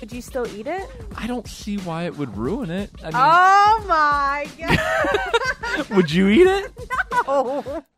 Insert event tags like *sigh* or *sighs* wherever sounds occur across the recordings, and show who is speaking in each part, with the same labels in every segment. Speaker 1: Would you still eat it?
Speaker 2: I don't see why it would ruin it. I mean,
Speaker 1: Oh my god!
Speaker 2: *laughs* would you eat it?
Speaker 1: No. *laughs*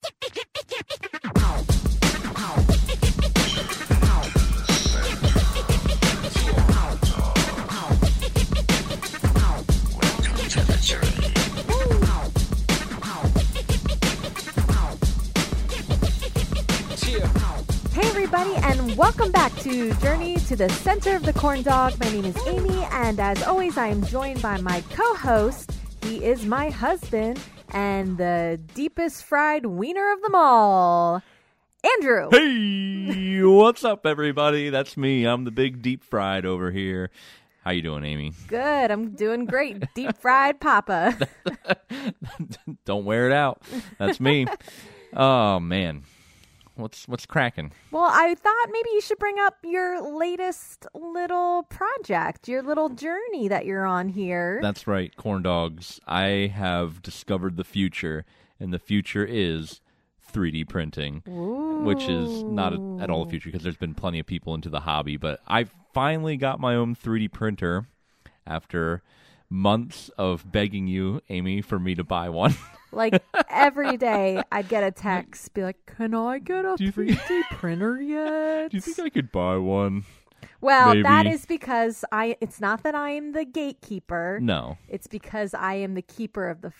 Speaker 1: Hey everybody, and welcome back to Journey to the Center of the Corn Dog. My name is Amy, and as always, I am joined by my co-host. He is my husband and the deepest fried wiener of them all, Andrew.
Speaker 2: Hey, what's up, everybody? That's me. I'm the big deep fried over here. How you doing, Amy? *laughs*
Speaker 1: Good, I'm doing great. Deep fried Papa.
Speaker 2: don't wear it out. That's me. oh man, what's what's cracking?
Speaker 1: Well, I thought maybe you should bring up your latest little project, your little journey that you're on here.
Speaker 2: That's right, corn dogs. I have discovered the future, and the future is 3D printing, which is not a, at all the future because there's been plenty of people into the hobby. But I finally got my own 3D printer after months of begging you, Amy, for me to buy one. *laughs*
Speaker 1: Like every day, I'd get a text, be like, "Can I get a
Speaker 2: Do you think-
Speaker 1: 3D printer yet?"
Speaker 2: *laughs* Do you think I could buy one?
Speaker 1: well, that
Speaker 2: maybe-
Speaker 1: is because I. It's not that I am the gatekeeper.
Speaker 2: No.
Speaker 1: It's because I am the keeper of the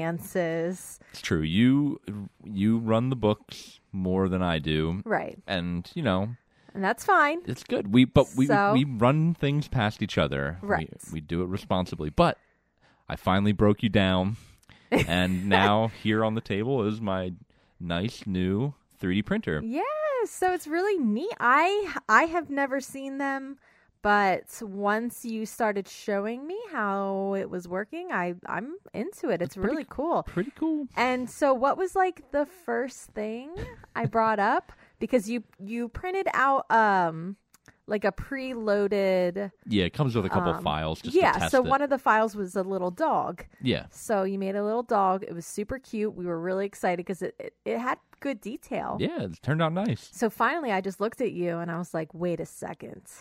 Speaker 1: finances.
Speaker 2: It's true. You you run the books more than I do,
Speaker 1: Right.
Speaker 2: and you know
Speaker 1: And that's fine.
Speaker 2: it's good. We but we
Speaker 1: So?
Speaker 2: we run things past each other. We-
Speaker 1: Right.
Speaker 2: We, do it responsibly. But I finally broke you down,
Speaker 1: *laughs*
Speaker 2: and now here on the table is my nice new 3D printer.
Speaker 1: Yeah, so it's really neat. I I have never seen them, but once you started showing me how it was working, I I'm into it. It's really cool.
Speaker 2: Pretty cool.
Speaker 1: And so what was like the first thing I brought up because you you printed out um like a preloaded
Speaker 2: Yeah, it comes with a couple
Speaker 1: um,
Speaker 2: files. Just
Speaker 1: yeah
Speaker 2: To test
Speaker 1: so
Speaker 2: it.
Speaker 1: one of the files was a little dog
Speaker 2: yeah.
Speaker 1: so you made a little dog it was super cute we were really excited because it, it it had good detail
Speaker 2: Yeah, it turned out nice.
Speaker 1: so finally, I just looked at you and I was like, wait a second.
Speaker 2: *laughs*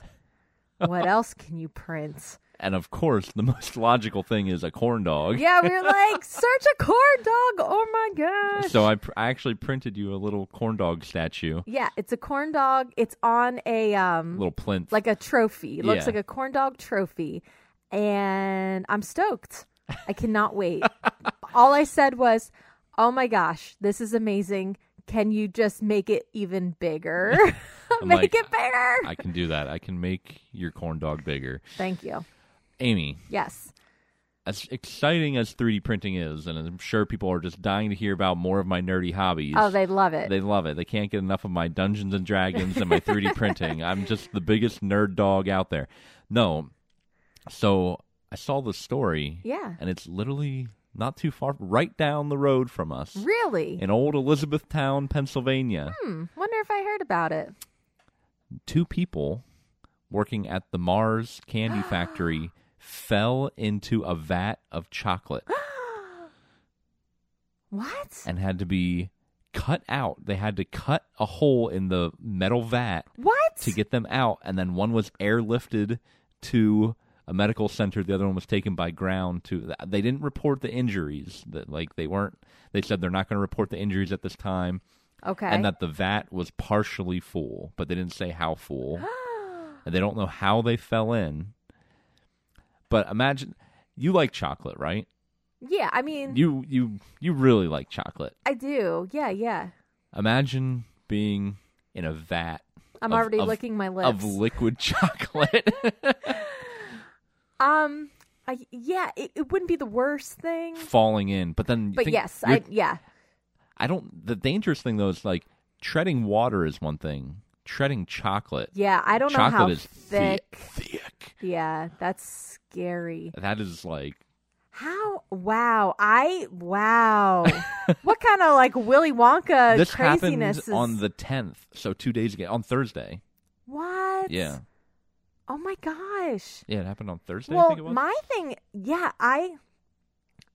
Speaker 1: What else can you print?
Speaker 2: And of course, the *laughs* most logical thing is a corn dog.
Speaker 1: Yeah, we were like, search a corn dog. Oh my gosh.
Speaker 2: So I, pr- I actually printed you a little corn dog statue,
Speaker 1: yeah, it's a corn dog. It's on a um
Speaker 2: little plinth.
Speaker 1: like a trophy. It looks
Speaker 2: Yeah.
Speaker 1: like a corn dog trophy. And I'm stoked. I cannot wait.
Speaker 2: *laughs*
Speaker 1: All I said was, "Oh my gosh, this is amazing. Can you just make it even bigger?
Speaker 2: *laughs*
Speaker 1: *laughs*
Speaker 2: I'm
Speaker 1: make
Speaker 2: like,
Speaker 1: it bigger."
Speaker 2: I can do that. I can make your corn dog bigger.
Speaker 1: Thank you.
Speaker 2: Amy,
Speaker 1: Yes.
Speaker 2: as exciting as 3D printing is, and I'm sure people are just dying to hear about more of my nerdy hobbies.
Speaker 1: Oh, they love it.
Speaker 2: They love it. They can't get enough of my Dungeons and Dragons and my
Speaker 1: *laughs*
Speaker 2: 3D printing. I'm just the biggest nerd dog out there. No. So I saw the story.
Speaker 1: Yeah.
Speaker 2: And it's literally not too far, right down the road from us
Speaker 1: Really?
Speaker 2: in old Elizabethtown, Pennsylvania.
Speaker 1: Hmm, wonder if I heard about it. *gasps*
Speaker 2: two people working at the Mars candy
Speaker 1: *gasps*
Speaker 2: factory fell into a vat of chocolate
Speaker 1: What?
Speaker 2: and had to be cut out. They had to cut a hole in the metal vat
Speaker 1: What?
Speaker 2: to get them out, and then one was airlifted to a medical center. The other one was taken by ground to. They didn't report the injuries. That like they weren't. They said they're not going to report the injuries at this time,
Speaker 1: okay.
Speaker 2: and that the vat was partially full, but they didn't say how full. and they don't know how they fell in. But imagine you like chocolate, right?
Speaker 1: *gasps* yeah, I mean,
Speaker 2: You you you really like chocolate.
Speaker 1: I do. Yeah, yeah.
Speaker 2: Imagine being in a vat
Speaker 1: I'm
Speaker 2: Of-
Speaker 1: already
Speaker 2: of-
Speaker 1: licking my lips.
Speaker 2: of liquid *laughs* chocolate.
Speaker 1: um, I, yeah, it, it wouldn't be the worst thing.
Speaker 2: falling in. But then you
Speaker 1: But
Speaker 2: think
Speaker 1: yes,
Speaker 2: you're-
Speaker 1: I yeah.
Speaker 2: I don't the dangerous thing though is like treading water is one thing. Treading chocolate.
Speaker 1: Yeah, I don't know
Speaker 2: chocolate
Speaker 1: how
Speaker 2: is
Speaker 1: thick.
Speaker 2: thi- thick.
Speaker 1: Yeah, that's scary.
Speaker 2: That is
Speaker 1: *laughs*
Speaker 2: like
Speaker 1: How? Wow. I
Speaker 2: *laughs*
Speaker 1: wow. what kind of like Willy Wonka
Speaker 2: this happened
Speaker 1: craziness is
Speaker 2: on the tenth, so two days ago on Thursday.
Speaker 1: What?
Speaker 2: Yeah.
Speaker 1: Oh my gosh.
Speaker 2: Yeah, it happened on Thursday, I
Speaker 1: Well,
Speaker 2: think it was.
Speaker 1: my thing, yeah, I,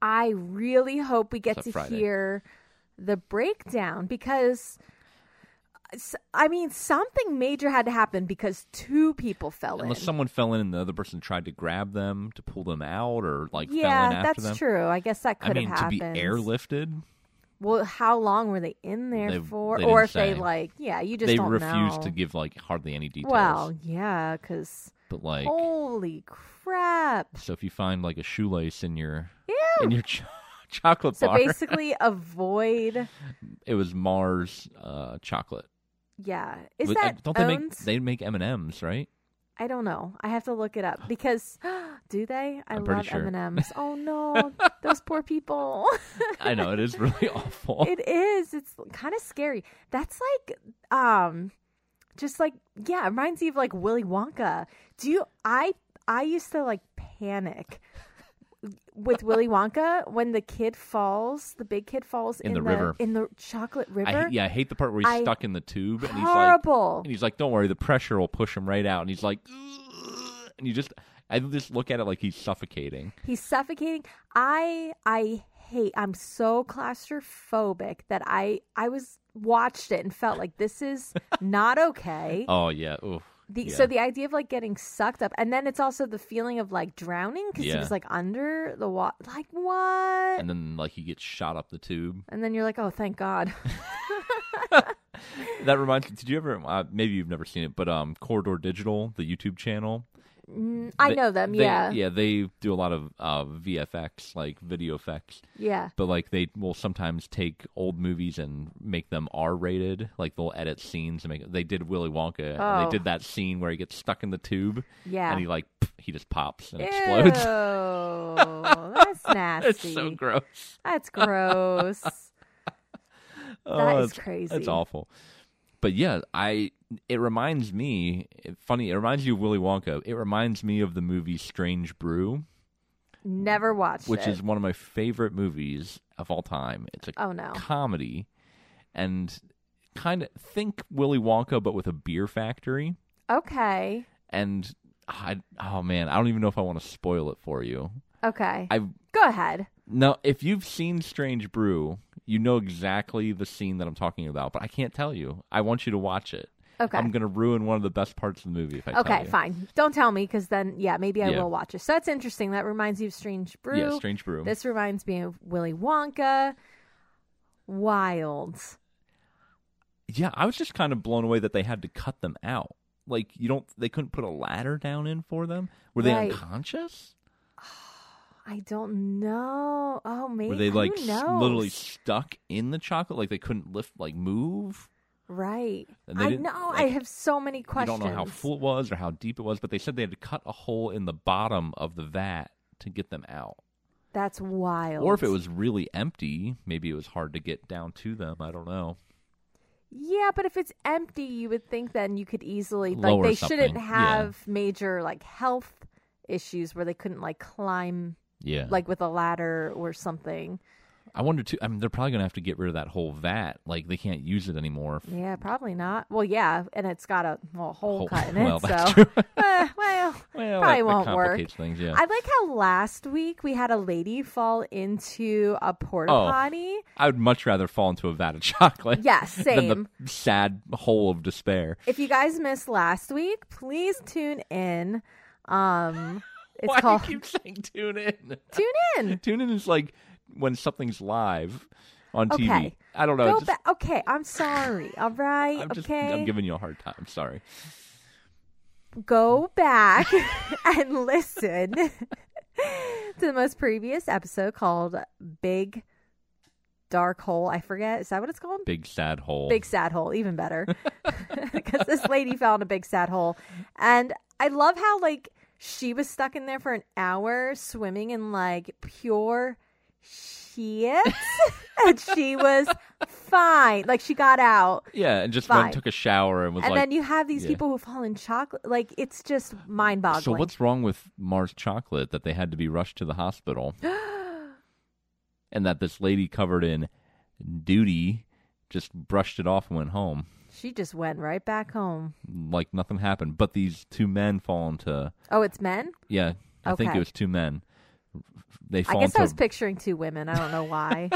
Speaker 1: I really hope we get
Speaker 2: It's a
Speaker 1: to
Speaker 2: Friday.
Speaker 1: hear the breakdown because s- I mean, something major had to happen because two people fell
Speaker 2: Unless
Speaker 1: in.
Speaker 2: someone fell in and the other person tried to grab them to pull them out or like fell in
Speaker 1: yeah, that's
Speaker 2: after them.
Speaker 1: true. I guess that could
Speaker 2: I mean,
Speaker 1: have
Speaker 2: to be
Speaker 1: happened.
Speaker 2: airlifted,
Speaker 1: Well, how long were they in there
Speaker 2: They-
Speaker 1: for?
Speaker 2: they
Speaker 1: or
Speaker 2: didn't
Speaker 1: if they
Speaker 2: say.
Speaker 1: like, yeah, you just
Speaker 2: they
Speaker 1: don't
Speaker 2: refused
Speaker 1: know.
Speaker 2: to give like hardly any details.
Speaker 1: Well, oh. yeah, because
Speaker 2: but like,
Speaker 1: holy
Speaker 2: *laughs*
Speaker 1: crap!
Speaker 2: so if you find like a shoelace in your
Speaker 1: Ew.
Speaker 2: in your ch- *laughs* chocolate
Speaker 1: So
Speaker 2: bar,
Speaker 1: basically, avoid.
Speaker 2: *laughs* it was Mars uh, chocolate.
Speaker 1: Yeah, is
Speaker 2: But, uh,
Speaker 1: that
Speaker 2: don't they make
Speaker 1: owned?
Speaker 2: they make M and
Speaker 1: *laughs*
Speaker 2: M's right?
Speaker 1: I don't know. I have to look it up because *gasps* do they? I
Speaker 2: I'm pretty
Speaker 1: love
Speaker 2: sure.
Speaker 1: M and M's. Oh
Speaker 2: *laughs*
Speaker 1: no, those poor people.
Speaker 2: I know it is really *laughs* awful.
Speaker 1: it is. It's kind of scary. That's like, um, just like yeah, it reminds me of like Willy Wonka. Do you? I I used to like panic with Willy Wonka when the kid falls, the big kid falls
Speaker 2: In
Speaker 1: in,
Speaker 2: the river.
Speaker 1: in the chocolate
Speaker 2: I
Speaker 1: river.
Speaker 2: ha- yeah, I hate the part where he's
Speaker 1: I-
Speaker 2: stuck in the tube and he's like,
Speaker 1: Horrible.
Speaker 2: and he's like, "Don't worry, the pressure will push him right out." And he's like, "Ugh," and you just, I just look at it like
Speaker 1: *laughs*
Speaker 2: he's suffocating.
Speaker 1: He's suffocating. I I hate. I'm so claustrophobic that I I was watched it and felt like this
Speaker 2: *laughs*
Speaker 1: is not okay.
Speaker 2: Oh yeah, oof.
Speaker 1: The,
Speaker 2: yeah.
Speaker 1: So the idea of like getting sucked up, and then it's also the feeling of like drowning because he
Speaker 2: Yeah.
Speaker 1: was like under the water. Like what?
Speaker 2: and then like he gets shot up the tube.
Speaker 1: And then you're like, oh, thank God. *laughs*
Speaker 2: That reminds me. Did you ever? Uh, maybe you've never seen it, but um, Corridor Digital, the YouTube channel.
Speaker 1: I
Speaker 2: They-
Speaker 1: know them.
Speaker 2: they-
Speaker 1: yeah. yeah.
Speaker 2: yeah. They do a lot of uh, VFX, like video effects, but like they will sometimes take old movies and make them R-rated. Like they'll edit scenes and make. They did Willy Wonka. And
Speaker 1: Oh.
Speaker 2: they did that scene where he gets stuck in the tube.
Speaker 1: Yeah.
Speaker 2: And he like pff, he just pops and explodes. *laughs*
Speaker 1: Ew, that's nasty.
Speaker 2: it's so gross.
Speaker 1: That's gross.
Speaker 2: *laughs* Oh,
Speaker 1: That is
Speaker 2: it's-
Speaker 1: crazy.
Speaker 2: That's awful. But yeah, I it reminds me it- funny. It reminds you of Willy Wonka. It reminds me of the movie Strange Brew,
Speaker 1: Never watched
Speaker 2: which
Speaker 1: it.
Speaker 2: is one of my favorite movies of all time. It's a
Speaker 1: oh no.
Speaker 2: comedy, and kind of think Willy Wonka but with a beer factory.
Speaker 1: Okay.
Speaker 2: And I, oh man, I don't even know if I want to spoil it for you.
Speaker 1: Okay.
Speaker 2: I
Speaker 1: Go ahead.
Speaker 2: now if you've seen Strange Brew, you know exactly the scene that I'm talking about, but I can't tell you. I want you to watch it.
Speaker 1: Okay.
Speaker 2: I'm gonna ruin one of the best parts of the movie if I tell
Speaker 1: okay,
Speaker 2: you.
Speaker 1: fine. Don't tell me because then, yeah, maybe I
Speaker 2: Yeah.
Speaker 1: will watch it. So that's interesting. That reminds you of Strange Brew.
Speaker 2: Yeah, Strange Brew.
Speaker 1: This reminds me of Willy Wonka. Wild.
Speaker 2: Yeah, I was just kind of blown away that they had to cut them out. Like you don't, they couldn't put a ladder down in for them. Were they
Speaker 1: Right.
Speaker 2: unconscious?
Speaker 1: I don't know. Oh, maybe.
Speaker 2: Were they like
Speaker 1: Who
Speaker 2: s-
Speaker 1: knows?
Speaker 2: literally stuck in the chocolate? Like they couldn't lift, like move.
Speaker 1: Right.
Speaker 2: And they
Speaker 1: I
Speaker 2: didn't-
Speaker 1: know. I
Speaker 2: like,
Speaker 1: have so many
Speaker 2: I
Speaker 1: questions.
Speaker 2: don't know how full it was or how deep it was, but they said they had to cut a hole in the bottom of the vat to get them out.
Speaker 1: That's wild.
Speaker 2: Or if it was really empty, maybe it was hard to get down to them. I don't know.
Speaker 1: Yeah, but if it's empty, you would think then you could easily like
Speaker 2: Lower
Speaker 1: they shouldn't
Speaker 2: something, yeah.
Speaker 1: have major like health issues where they couldn't like climb
Speaker 2: Yeah,
Speaker 1: like with a ladder or something.
Speaker 2: I wonder too. I mean, they're probably gonna have to get rid of that whole vat. Like they can't use it anymore.
Speaker 1: Yeah, probably not. Well, yeah, and it's got a well, hole
Speaker 2: Hole-
Speaker 1: cut in it,
Speaker 2: *laughs* well, that's
Speaker 1: so
Speaker 2: true.
Speaker 1: *laughs* Eh, well,
Speaker 2: *laughs* Well,
Speaker 1: probably
Speaker 2: that,
Speaker 1: won't
Speaker 2: that
Speaker 1: work.
Speaker 2: complicates things. Yeah,
Speaker 1: I like how last week we had a lady fall into a porta
Speaker 2: Oh.
Speaker 1: potty.
Speaker 2: I would much rather fall into a vat of *laughs* chocolate.
Speaker 1: Yeah,
Speaker 2: Than
Speaker 1: same.
Speaker 2: the sad hole of despair.
Speaker 1: If you guys missed last week, please tune in.
Speaker 2: *laughs*
Speaker 1: Um, it's
Speaker 2: Why
Speaker 1: called
Speaker 2: do you keep saying tune in? *laughs*
Speaker 1: Tune In.
Speaker 2: tune in is like when something's live on TV.
Speaker 1: Okay.
Speaker 2: I don't know.
Speaker 1: Go
Speaker 2: just-
Speaker 1: back. Okay, I'm sorry. All right,
Speaker 2: I'm just
Speaker 1: okay.
Speaker 2: I'm giving you a hard time. I'm sorry.
Speaker 1: Go back *laughs* and listen *laughs* to the most previous episode called Big Dark Hole. I forget. Is that what it's called?
Speaker 2: Big sad hole.
Speaker 1: Big sad hole, even better. *laughs* Because this lady fell in a big sad hole. And I love how, like, she was stuck in there for an hour swimming in, like, pure shit. *laughs* and she was fine. Like, she got out.
Speaker 2: yeah, and just
Speaker 1: Fine.
Speaker 2: went took a shower and was
Speaker 1: And
Speaker 2: like.
Speaker 1: then you have these
Speaker 2: yeah.
Speaker 1: people who fall in chocolate. Like, it's just mind boggling.
Speaker 2: so what's wrong with Mars chocolate that they had to be rushed to
Speaker 1: *gasps*
Speaker 2: the hospital? and that this lady covered in duty just brushed it off and went home
Speaker 1: She just went right back home.
Speaker 2: like nothing happened. But these two men fall into
Speaker 1: Oh, it's men?
Speaker 2: yeah, I think
Speaker 1: Okay.
Speaker 2: it was two men. They fall
Speaker 1: I guess
Speaker 2: into
Speaker 1: I was picturing two
Speaker 2: *laughs*
Speaker 1: women. I don't know why.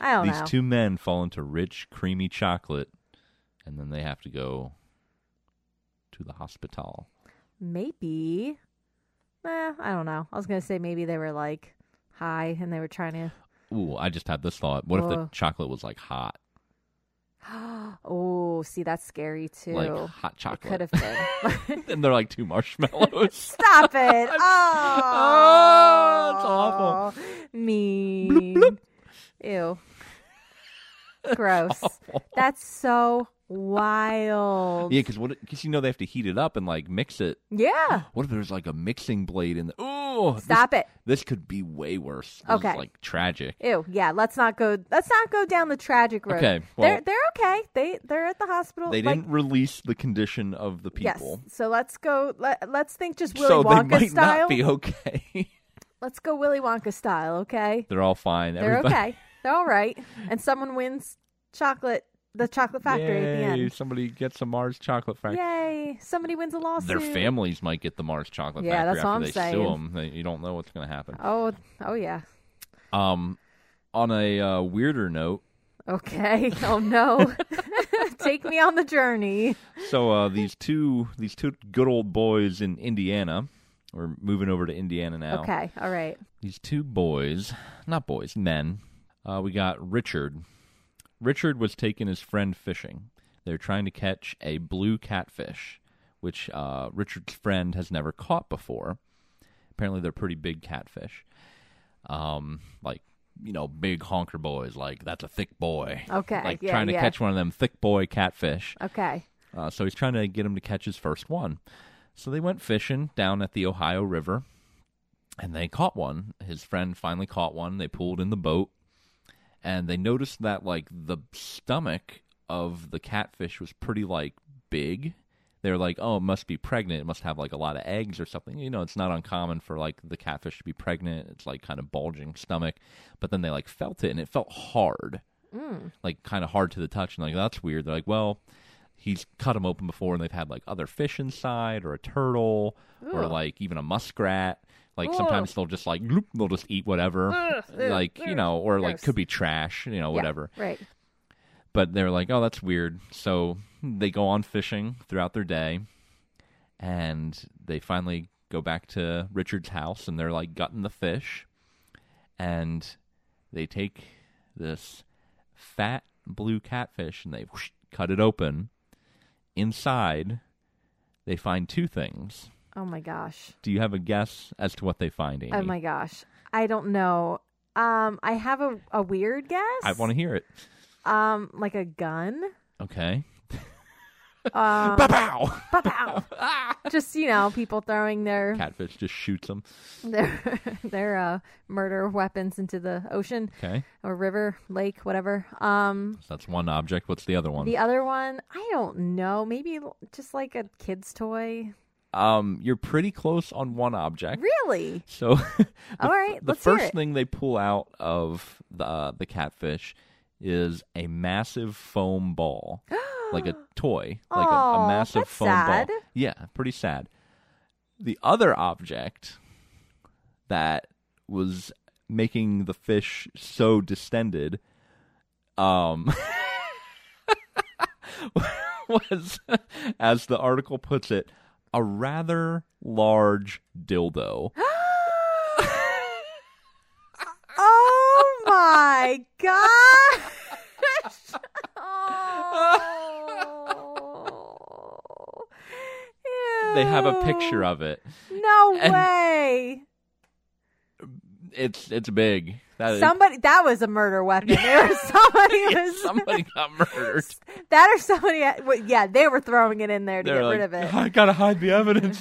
Speaker 1: I don't
Speaker 2: these
Speaker 1: know.
Speaker 2: two men fall into rich, creamy chocolate and then they have to go to the hospital.
Speaker 1: Maybe. Eh, I don't know. I was gonna say maybe they were like high and they were trying to. *gasps*
Speaker 2: Ooh, I just had this thought. What if the
Speaker 1: Whoa.
Speaker 2: chocolate was like hot,
Speaker 1: Oh, see, that's scary too.
Speaker 2: like hot
Speaker 1: Could
Speaker 2: chocolate?
Speaker 1: have been. *laughs*
Speaker 2: *laughs* and they're like two marshmallows.
Speaker 1: Stop it! Oh,
Speaker 2: Oh, it's awful.
Speaker 1: Mean.
Speaker 2: *laughs*
Speaker 1: Ew. Gross.
Speaker 2: awful.
Speaker 1: That's so wild.
Speaker 2: *laughs* yeah, because what? Because you know they have to heat it up and like mix it.
Speaker 1: Yeah.
Speaker 2: What if there's like a mixing blade in the? Ooh, this-
Speaker 1: Stop it.
Speaker 2: This, could be way worse. This
Speaker 1: Okay.
Speaker 2: is like tragic.
Speaker 1: Ew. Yeah. Let's not go. Let's not go down the tragic road.
Speaker 2: Okay, well-
Speaker 1: they're they're okay. They they're at the hospital.
Speaker 2: They
Speaker 1: like,
Speaker 2: didn't release the condition of the people,
Speaker 1: Yes. So let's go. Let, let's think just Willy
Speaker 2: so they
Speaker 1: Wonka
Speaker 2: might
Speaker 1: style.
Speaker 2: not be okay. *laughs*
Speaker 1: Let's go Willy Wonka style. Okay.
Speaker 2: They're all fine.
Speaker 1: They're
Speaker 2: Everybody- *laughs*
Speaker 1: okay. They're all right. And someone wins chocolate. The chocolate factory at the
Speaker 2: Yay,
Speaker 1: end.
Speaker 2: Somebody gets a Mars chocolate factory.
Speaker 1: Yay! Somebody wins a lawsuit.
Speaker 2: Their families might get the Mars chocolate
Speaker 1: Yeah,
Speaker 2: factory
Speaker 1: that's
Speaker 2: after
Speaker 1: what I'm
Speaker 2: they sue
Speaker 1: saying.
Speaker 2: them. you don't know what's going to happen.
Speaker 1: Oh. Oh yeah.
Speaker 2: Um, on a uh, weirder note,
Speaker 1: Okay. *laughs* Oh no. Take me on the journey.
Speaker 2: so uh, these two these two good old boys in Indiana, we're moving over to Indiana now.
Speaker 1: Okay. All right.
Speaker 2: These two boys, not boys, men. Uh, we got Richard. Richard was taking his friend fishing. They're trying to catch a blue catfish, which uh, Richard's friend has never caught before. Apparently, they're pretty big catfish. Um, like you know, big honker boys. Like that's a thick boy.
Speaker 1: Okay,
Speaker 2: Like
Speaker 1: yeah,
Speaker 2: trying to
Speaker 1: yeah.
Speaker 2: catch one of them thick boy catfish.
Speaker 1: Okay.
Speaker 2: Uh, so he's trying to get him to catch his first one. So they went fishing down at the Ohio River and they caught one. His friend finally caught one. They pulled in the boat and they noticed that, like, the stomach of the catfish was pretty, like, big. They were like, oh, it must be pregnant. It must have, like, a lot of eggs or something. You know, it's not uncommon for, like, the catfish to be pregnant. It's, like, kind of bulging stomach. But then they, like, felt it and it felt hard like kind of hard to the touch and like that's weird they're like well he's cut them open before and they've had like other fish inside or a turtle or like even a muskrat like sometimes they'll just like loop, they'll just eat whatever *laughs*
Speaker 1: Mm. Eh,
Speaker 2: like you know or like could be trash you know
Speaker 1: Yeah,
Speaker 2: whatever
Speaker 1: right.
Speaker 2: but they're like oh that's weird so hmm, they go on fishing throughout their day and they finally go back to richard's house and they're like gutting the fish and they take this fat blue catfish and they whoosh, cut it open. Inside, they find two things.
Speaker 1: Oh my gosh.
Speaker 2: Do you have a guess as to what they find, Amy?
Speaker 1: Oh my gosh. I don't know. Um, I have a, a weird guess.
Speaker 2: I want to hear it.
Speaker 1: um, like a gun.
Speaker 2: Okay.
Speaker 1: Um,
Speaker 2: Ba-pow! *laughs*
Speaker 1: ba-pow.
Speaker 2: Ah.
Speaker 1: just you know, people throwing their
Speaker 2: Catfish just shoots them.
Speaker 1: their *laughs* their uh, murder weapons into the ocean
Speaker 2: Okay.
Speaker 1: or river, lake, whatever. Um,
Speaker 2: So that's one object. What's the other one?
Speaker 1: the other one, I don't know. Maybe l- just like a kid's toy.
Speaker 2: Um, you're pretty close on one object.
Speaker 1: Really?
Speaker 2: So *laughs*
Speaker 1: All right.
Speaker 2: the
Speaker 1: let's
Speaker 2: first
Speaker 1: hear it.
Speaker 2: thing they pull out of the uh, the catfish is a massive foam ball,
Speaker 1: *gasps*
Speaker 2: like a toy, like a,
Speaker 1: Aw,
Speaker 2: a massive
Speaker 1: that's
Speaker 2: foam
Speaker 1: sad.
Speaker 2: ball. Yeah, pretty sad. The other object that was making the fish so distended um *laughs* was as the article puts it a rather large dildo
Speaker 1: *laughs* Oh my gosh! Oh.
Speaker 2: they have a
Speaker 1: *gasps*
Speaker 2: picture of it.
Speaker 1: No
Speaker 2: and-
Speaker 1: way!
Speaker 2: It's it's big. That is-
Speaker 1: Somebody that was a murder weapon. There was *laughs* somebody was
Speaker 2: *laughs*
Speaker 1: *laughs*
Speaker 2: somebody got murdered.
Speaker 1: that or somebody. well, yeah, they were throwing it in there to
Speaker 2: They're
Speaker 1: get
Speaker 2: like,
Speaker 1: rid of it.
Speaker 2: I gotta hide the
Speaker 1: *laughs*
Speaker 2: evidence.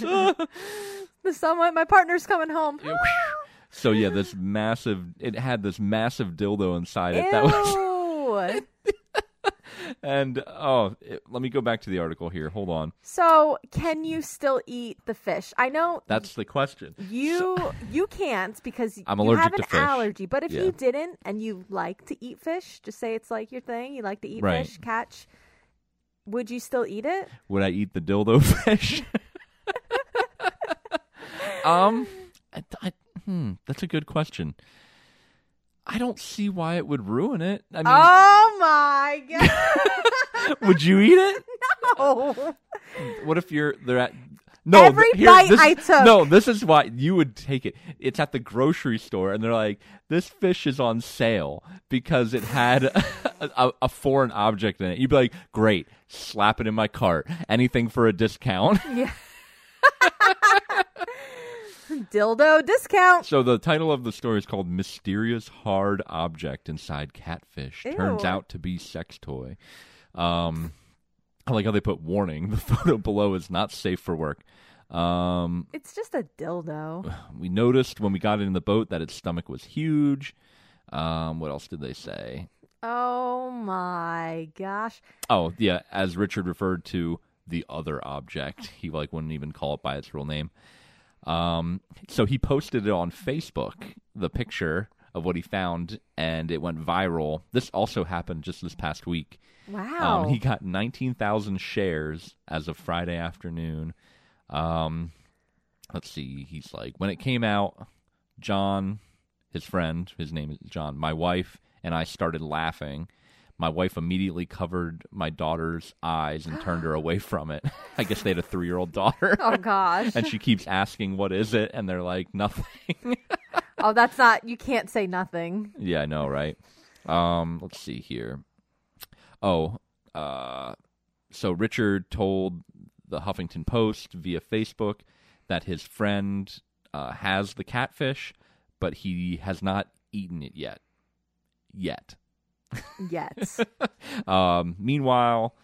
Speaker 2: *laughs*
Speaker 1: Someone, my partner's coming home.
Speaker 2: so yeah, this massive. It had this massive dildo inside it.
Speaker 1: Ew.
Speaker 2: That was *laughs* and oh, it, let me go back to the article here. Hold on.
Speaker 1: so, can you still eat the fish? I know
Speaker 2: That's the question.
Speaker 1: You you can't because
Speaker 2: I'm
Speaker 1: you
Speaker 2: allergic
Speaker 1: have an
Speaker 2: to fish.
Speaker 1: allergy. But if
Speaker 2: Yeah.
Speaker 1: you didn't and you like to eat fish, just say it's like your thing. You like to eat
Speaker 2: Right.
Speaker 1: fish, catch. Would you still eat it?
Speaker 2: Would I eat the dildo *laughs* fish? um, I, I, hmm, that's a good question. I don't see why it would ruin it. I mean,
Speaker 1: Oh my god!
Speaker 2: *laughs* Would you eat it? *laughs*
Speaker 1: Oh.
Speaker 2: What if you're they're at no
Speaker 1: Every
Speaker 2: th- here-
Speaker 1: bite
Speaker 2: this-
Speaker 1: I took.
Speaker 2: No, this is why you would take it. It's at the grocery store, and they're like, "This fish is on sale because it had *laughs* a, a, a foreign object in it." You'd be like, "Great, slap it in my cart. Anything for a discount." *laughs*
Speaker 1: Dildo discount.
Speaker 2: so the title of the story is called "Mysterious Hard Object Inside Catfish Turns
Speaker 1: Ew.
Speaker 2: Out to Be Sex Toy." Um, I like how they put warning. *laughs* The photo below is not safe for work. Um,
Speaker 1: It's just a dildo.
Speaker 2: We noticed when we got in the boat that its stomach was huge. Um, what else did they say?
Speaker 1: Oh my gosh.
Speaker 2: Oh, yeah, as Richard referred to the other object, he like wouldn't even call it by its real name. Um, so he posted it on Facebook, the picture of what he found, and it went viral. This also happened just this past week.
Speaker 1: Wow.
Speaker 2: Um, he got 19,000 shares as of Friday afternoon. Um, let's see. He's like, when it came out, John, his friend, his name is John, my wife, and I started laughing. My wife immediately covered my daughter's eyes and turned her away from it. *laughs* I guess they had a three year old daughter.
Speaker 1: oh gosh.
Speaker 2: *laughs* And she keeps asking, what is it? And they're like, nothing.
Speaker 1: oh, that's not. You can't say nothing.
Speaker 2: Yeah, I know, right? Um, let's see here. Oh, uh, so Richard told the Huffington Post via Facebook that his friend uh, has the catfish, but he has not eaten it yet. Yet.
Speaker 1: Yet.
Speaker 2: Um, meanwhile,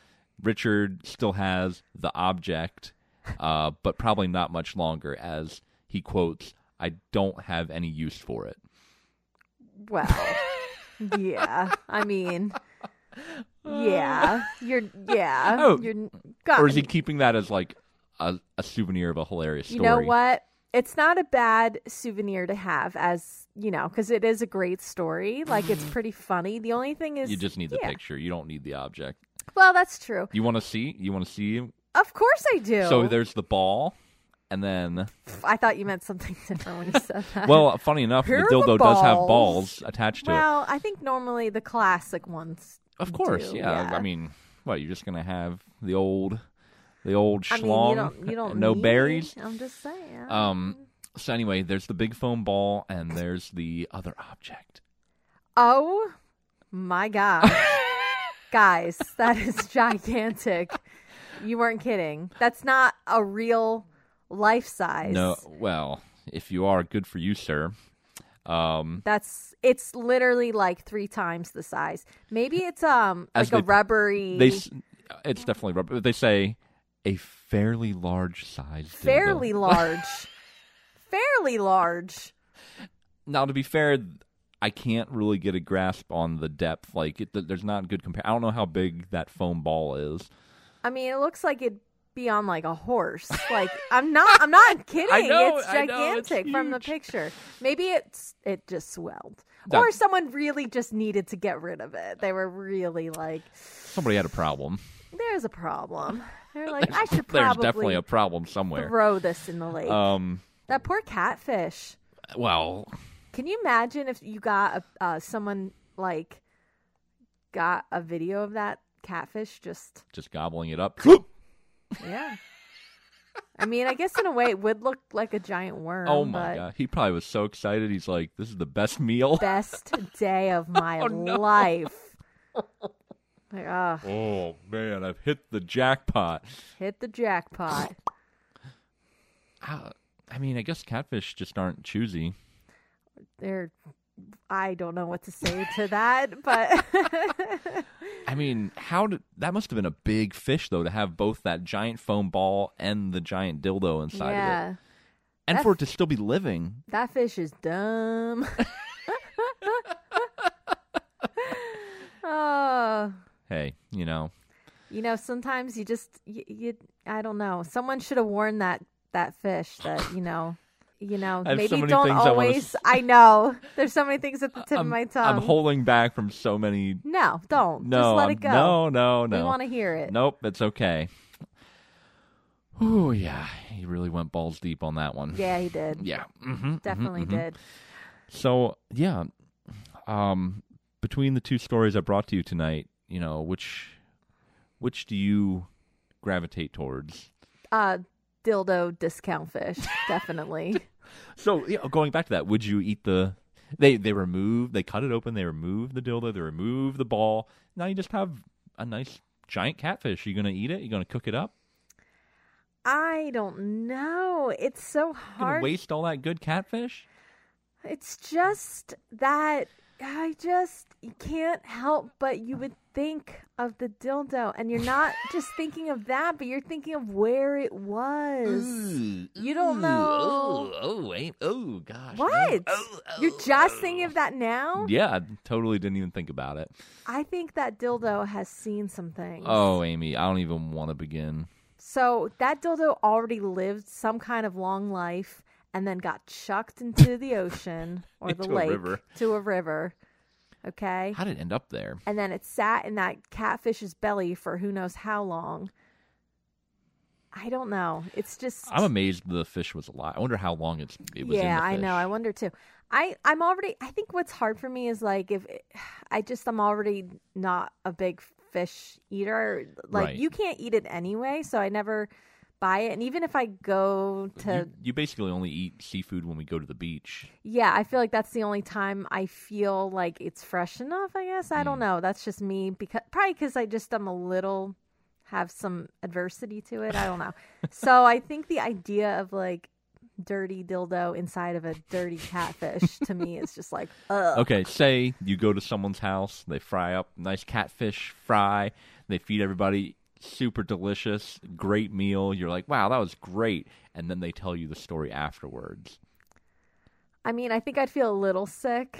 Speaker 2: Richard still has the object, uh, but probably not much longer, as he quotes, "I don't have any use for it."
Speaker 1: well. Yeah. I mean. Yeah. You're. Yeah.
Speaker 2: *laughs* Oh.
Speaker 1: You're. God.
Speaker 2: or is he keeping that as like a, a souvenir of a hilarious story?
Speaker 1: You know what? It's not a bad souvenir to have as, you know, because it is a great story. Like, it's pretty funny. The only thing is.
Speaker 2: Mm-hmm. You just need the
Speaker 1: yeah.
Speaker 2: picture. You don't need the object.
Speaker 1: Well, that's true.
Speaker 2: You want to see? You want to see?
Speaker 1: Of course I do.
Speaker 2: So there's the ball, and then
Speaker 1: I thought you meant something *laughs* different when you
Speaker 2: *laughs*
Speaker 1: said that.
Speaker 2: well, funny enough,
Speaker 1: Here
Speaker 2: the
Speaker 1: are the
Speaker 2: dildo does have
Speaker 1: balls.
Speaker 2: balls attached to it.
Speaker 1: well, I think normally the classic ones.
Speaker 2: Of course,
Speaker 1: do,
Speaker 2: yeah.
Speaker 1: yeah.
Speaker 2: I mean, what you're just gonna have the old, the old
Speaker 1: I mean,
Speaker 2: schlong,
Speaker 1: you don't, you don't
Speaker 2: no
Speaker 1: need-
Speaker 2: berries.
Speaker 1: I'm just saying.
Speaker 2: *laughs* Um. So anyway, there's the big foam ball, and there's the other object.
Speaker 1: oh my god, guys, that is gigantic. You weren't kidding. That's not a real life size.
Speaker 2: No, well, if you are, good for you, sir. Um.
Speaker 1: That's it's literally like three times the size. Maybe it's um
Speaker 2: As
Speaker 1: like a
Speaker 2: they-
Speaker 1: rubbery,
Speaker 2: They, s- it's definitely rubber. but They say a fairly large size. dildo. *laughs*
Speaker 1: fairly large, fairly large.
Speaker 2: Now, to be fair, I can't really get a grasp on the depth. Like, it, th- there's not good compare. I don't know how big that foam ball is.
Speaker 1: I mean, it looks like it'd be on like a horse. Like I'm not, I'm
Speaker 2: *laughs*
Speaker 1: not kidding.
Speaker 2: know,
Speaker 1: it's
Speaker 2: I know, it's
Speaker 1: gigantic from the
Speaker 2: huge.
Speaker 1: picture. Maybe it's it just swelled,
Speaker 2: That-
Speaker 1: or someone really just needed to get rid of it. They were really like,
Speaker 2: Somebody had a problem.
Speaker 1: "There's a problem." They're like, "I should
Speaker 2: *laughs* There's
Speaker 1: *laughs* probably
Speaker 2: definitely a problem somewhere.
Speaker 1: throw this in the lake."
Speaker 2: Um.
Speaker 1: that poor catfish.
Speaker 2: Well,
Speaker 1: Can you imagine if you got a, uh, someone like got a video of that catfish just
Speaker 2: just gobbling it up.
Speaker 1: Yeah. I mean, I guess in a way it would look like a giant worm.
Speaker 2: oh my
Speaker 1: but
Speaker 2: god! He probably was so excited. He's like, "This is the best meal."
Speaker 1: Best day
Speaker 2: Oh,
Speaker 1: of my life. Like, ah,
Speaker 2: *laughs* Oh man, I've hit the jackpot.
Speaker 1: hit the jackpot.
Speaker 2: Ah, I mean, I guess catfish just aren't choosy.
Speaker 1: There, I don't know what to say to that,
Speaker 2: *laughs*
Speaker 1: but
Speaker 2: I mean, how did that must have been a big fish though to have both that giant foam ball and the giant dildo inside of it,
Speaker 1: yeah,
Speaker 2: and
Speaker 1: That's-
Speaker 2: for it to still be living.
Speaker 1: that fish is
Speaker 2: *laughs*
Speaker 1: dumb. *laughs* oh,
Speaker 2: Hey, you know,
Speaker 1: you know, sometimes you just you, you I don't know. Someone should have warned that that fish that you know. You know,
Speaker 2: I have so
Speaker 1: maybe
Speaker 2: many
Speaker 1: don't
Speaker 2: things I wanna
Speaker 1: always.
Speaker 2: s-
Speaker 1: I, know there's so many things at the tip of
Speaker 2: I'm,
Speaker 1: my tongue.
Speaker 2: I'm holding back from so many.
Speaker 1: no, don't.
Speaker 2: No,
Speaker 1: just let
Speaker 2: I'm-
Speaker 1: it go.
Speaker 2: no, no,
Speaker 1: We
Speaker 2: no.
Speaker 1: want to hear it.
Speaker 2: Nope, it's okay. Oh yeah, he really went balls deep on that one.
Speaker 1: Yeah, he did.
Speaker 2: yeah, hmm
Speaker 1: Definitely did.
Speaker 2: So yeah, um, between the two stories I brought to you tonight, you know, which Which do you gravitate towards?
Speaker 1: Uh, dildo discount fish, definitely.
Speaker 2: *laughs* So you know, going back to that, would you eat the? They they remove they cut it open. They remove the dildo. They remove the ball. Now you just have a nice giant catfish. You gonna eat it? You gonna cook it up?
Speaker 1: I don't know. It's so
Speaker 2: You gonna
Speaker 1: hard.
Speaker 2: waste all that good catfish?
Speaker 1: It's just that I just you can't help but you would think of the dildo, and you're not just thinking of that, but you're thinking of where it was.
Speaker 2: Mm.
Speaker 1: You don't ooh, know.
Speaker 2: Oh, wait. Oh, gosh. Oh,
Speaker 1: What? You're just thinking of that now?
Speaker 2: Yeah, I totally didn't even think about it.
Speaker 1: I think that dildo has seen some things.
Speaker 2: Oh, Amy, I don't even want to begin.
Speaker 1: So that dildo already lived some kind of long life and then got chucked into the ocean or the
Speaker 2: *laughs* Into a
Speaker 1: lake
Speaker 2: river.
Speaker 1: to a river. Okay.
Speaker 2: How did it end up there?
Speaker 1: And then it sat in that catfish's belly for who knows how long. I don't know. It's just
Speaker 2: I'm amazed the fish was alive. I wonder how long it's, it was in
Speaker 1: yeah,
Speaker 2: the
Speaker 1: I know.
Speaker 2: fish.
Speaker 1: I wonder too. I I'm already. I think what's hard for me is like if *sighs* I just I'm already not a big fish eater. Like
Speaker 2: Right.
Speaker 1: you can't eat it anyway, so I never buy it. And even if I go to
Speaker 2: You, you basically only eat seafood when we go to the beach.
Speaker 1: yeah, I feel like that's the only time I feel like it's fresh enough. I guess I don't know. That's just me because probably because I just am a little have some adversity to it. I don't know. so I think the idea of like dirty dildo inside of a dirty catfish to me is just like ugh.
Speaker 2: Okay, say you go to someone's house, they fry up nice catfish fry, they feed everybody super delicious, great meal. You're like, wow, that was great. And then they tell you the story afterwards.
Speaker 1: I mean, I think I'd feel a little sick.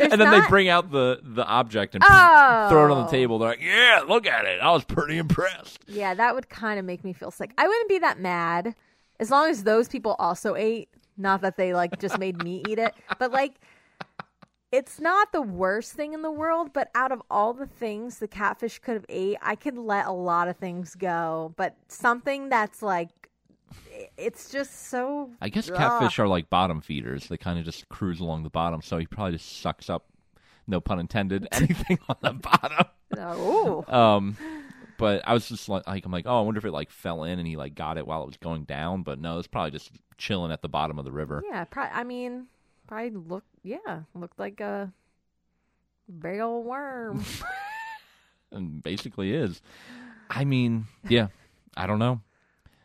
Speaker 2: and then they bring out the, the object and
Speaker 1: Oh.
Speaker 2: throw it on the table. They're like, yeah, look at it. I was pretty impressed.
Speaker 1: Yeah, that would kind of make me feel sick. I wouldn't be that mad as long as those people also ate. Not that they like just made me eat it, but like it's not the worst thing in the world. But out of all the things the catfish could have ate, I could let a lot of things go. But something that's like i- it's just so
Speaker 2: I guess
Speaker 1: Ugh.
Speaker 2: catfish are like bottom feeders. They kind of just cruise along the bottom. So he probably just sucks up, no pun intended, *laughs* anything on the bottom.
Speaker 1: oh
Speaker 2: Um, but I was just like, like, I'm like, oh, I wonder if it like fell in and he like got it while it was going down. But no, it's probably just chilling at the bottom of the river.
Speaker 1: yeah. Pro- I mean, probably look yeah looked like a big old worm.
Speaker 2: And basically is. I mean, yeah, I don't know.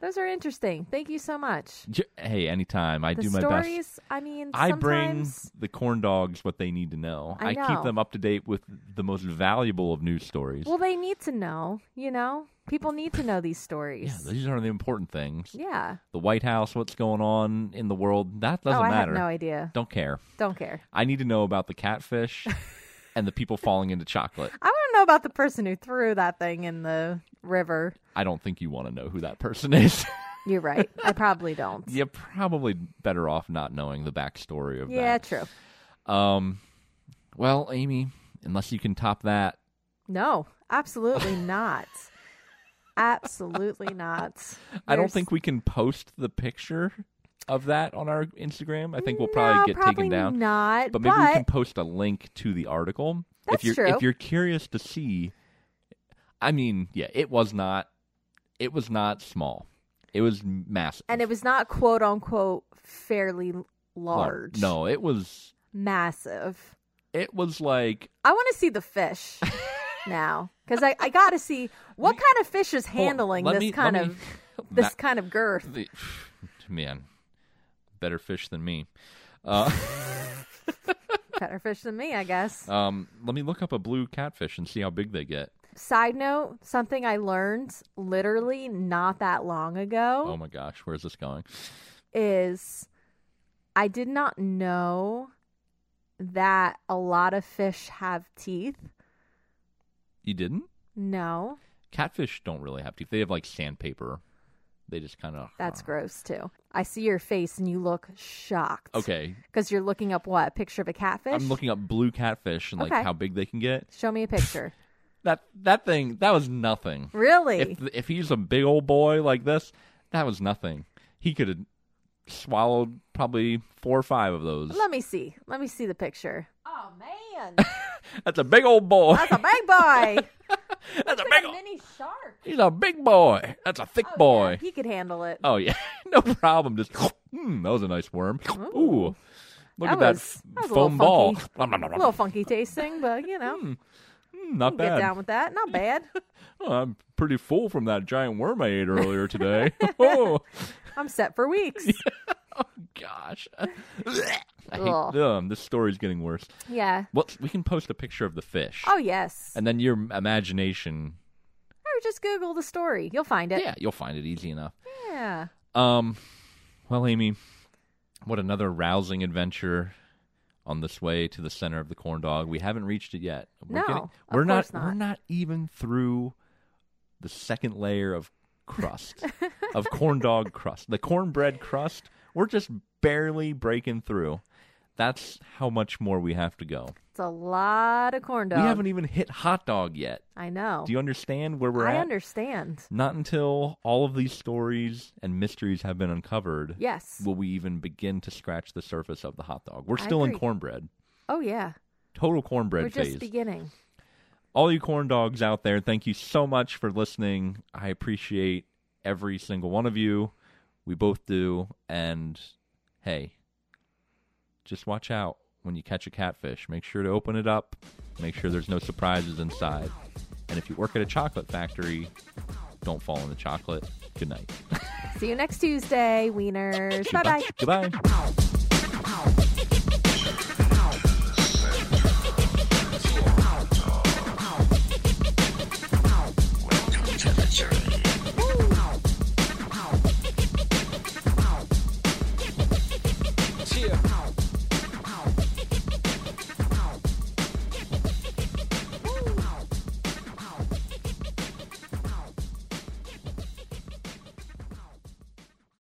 Speaker 1: Those are interesting. Thank you so much.
Speaker 2: J- Hey, anytime I
Speaker 1: the
Speaker 2: do my best.
Speaker 1: stories. I mean,
Speaker 2: I bring
Speaker 1: sometimes
Speaker 2: the corn dogs what they need to know.
Speaker 1: I know.
Speaker 2: keep them up to date with the most valuable of news stories.
Speaker 1: well, they need to know. You know, people need to know these
Speaker 2: yeah,
Speaker 1: stories.
Speaker 2: these are the important things.
Speaker 1: Yeah.
Speaker 2: The White House, what's going on in the world, that doesn't
Speaker 1: oh, I
Speaker 2: matter.
Speaker 1: have no idea.
Speaker 2: Don't care.
Speaker 1: Don't care.
Speaker 2: I need to know about
Speaker 1: *laughs*
Speaker 2: the catfish and the people falling into chocolate.
Speaker 1: I want to know about the person who threw that thing in the river.
Speaker 2: I don't think you want to know who that person *laughs* is.
Speaker 1: You're right. I probably
Speaker 2: *laughs*
Speaker 1: don't.
Speaker 2: You're probably better off not knowing the backstory of
Speaker 1: Yeah,
Speaker 2: that.
Speaker 1: true.
Speaker 2: Um, well, Amy, unless you can top that,
Speaker 1: No,
Speaker 2: *laughs*
Speaker 1: absolutely not. absolutely not.
Speaker 2: I don't
Speaker 1: There's-
Speaker 2: think we can post the picture of that on our Instagram. I think we'll probably
Speaker 1: No,
Speaker 2: get
Speaker 1: probably
Speaker 2: taken down.
Speaker 1: Not,
Speaker 2: But maybe we can post a link to the article.
Speaker 1: That's
Speaker 2: if you're
Speaker 1: true.
Speaker 2: if you're curious to see I mean, yeah, it was not it was not small. It was massive.
Speaker 1: and it was not quote unquote fairly large.
Speaker 2: No, it was
Speaker 1: massive.
Speaker 2: it was like
Speaker 1: I want to see the fish now because I, I got to see what kind of fish is
Speaker 2: hold on,
Speaker 1: handling
Speaker 2: let
Speaker 1: this
Speaker 2: me-
Speaker 1: kind
Speaker 2: let
Speaker 1: of
Speaker 2: me- *laughs*
Speaker 1: this
Speaker 2: that-
Speaker 1: kind of girth.
Speaker 2: the, *sighs* man, better fish than me.
Speaker 1: *laughs*
Speaker 2: Uh,
Speaker 1: Better fish than me, I guess.
Speaker 2: um, let me look up a blue catfish and see how big they get.
Speaker 1: Side note: something I learned literally not that long
Speaker 2: Oh
Speaker 1: ago
Speaker 2: my gosh, where's this going?
Speaker 1: is I did not know that a lot of fish have teeth.
Speaker 2: You didn't?
Speaker 1: No,
Speaker 2: Catfish don't really have teeth. They have like sandpaper. They just kind of.
Speaker 1: that's gross too. I see your face and you look shocked.
Speaker 2: Okay,
Speaker 1: because you're looking up what a picture of a catfish.
Speaker 2: I'm looking up blue catfish and like
Speaker 1: Okay.
Speaker 2: how big they can get.
Speaker 1: Show me a picture.
Speaker 2: That that thing that was nothing.
Speaker 1: Really?
Speaker 2: If if he's a big old boy like this, that was nothing. He could have swallowed probably four or five of those.
Speaker 1: Let me see. Let me see the picture. Oh man,
Speaker 2: That's a big old boy.
Speaker 1: that's a big boy.
Speaker 2: *laughs* That's
Speaker 1: *laughs*
Speaker 2: a
Speaker 1: Look
Speaker 2: big.
Speaker 1: at that
Speaker 2: ol'-
Speaker 1: mini shark.
Speaker 2: He's a big boy. That's a thick
Speaker 1: Oh, yeah,
Speaker 2: boy.
Speaker 1: he could handle it.
Speaker 2: Oh yeah, *laughs* no problem. Just hmm, that was a nice worm. Ooh, look
Speaker 1: That
Speaker 2: at that,
Speaker 1: was- that was a little
Speaker 2: foam ball.
Speaker 1: funky.
Speaker 2: Nom, nom, nom,
Speaker 1: A
Speaker 2: nom.
Speaker 1: little funky tasting, but you know, you
Speaker 2: Hmm, not
Speaker 1: can get
Speaker 2: bad.
Speaker 1: down with that. Not bad.
Speaker 2: *laughs* Oh, I'm pretty full from that giant worm I ate
Speaker 1: *laughs*
Speaker 2: earlier today. *laughs* oh
Speaker 1: I'm set for weeks.
Speaker 2: gosh, *laughs* I hate,
Speaker 1: Ugh.
Speaker 2: um, this story's getting worse.
Speaker 1: yeah.
Speaker 2: What we can post a picture of the fish,
Speaker 1: Oh yes.
Speaker 2: and then your imagination.
Speaker 1: Or just Google the story. You'll find it.
Speaker 2: Yeah, you'll find it easy enough.
Speaker 1: Yeah.
Speaker 2: Um, well, Amy, what another rousing adventure on this way to the center of the corn dog. We haven't reached it yet. We're
Speaker 1: No,
Speaker 2: getting-
Speaker 1: of
Speaker 2: we're
Speaker 1: course
Speaker 2: We're
Speaker 1: not.
Speaker 2: not even through the second layer of
Speaker 1: *laughs*
Speaker 2: crust of corn dog crust, the cornbread crust. We're just barely breaking through. That's how much more we have to go.
Speaker 1: It's a lot of corn dog.
Speaker 2: We haven't even hit hot dog yet.
Speaker 1: I know.
Speaker 2: Do you understand where we're
Speaker 1: I
Speaker 2: at?
Speaker 1: understand.
Speaker 2: Not until all of these stories and mysteries have been uncovered
Speaker 1: Yes.
Speaker 2: will we even begin to scratch the surface of the hot dog? We're
Speaker 1: I
Speaker 2: still in
Speaker 1: agree.
Speaker 2: cornbread.
Speaker 1: Oh yeah.
Speaker 2: Total cornbread
Speaker 1: We're
Speaker 2: phase.
Speaker 1: just beginning.
Speaker 2: All you corn dogs out there, thank you so much for listening. I appreciate every single one of you. We both do. And hey, just watch out when you catch a catfish. Make sure to open it up. Make sure there's no surprises inside. And if you work at a chocolate factory, don't fall in the chocolate. Good night.
Speaker 1: See you next Tuesday, wieners. Bye bye.
Speaker 2: Goodbye.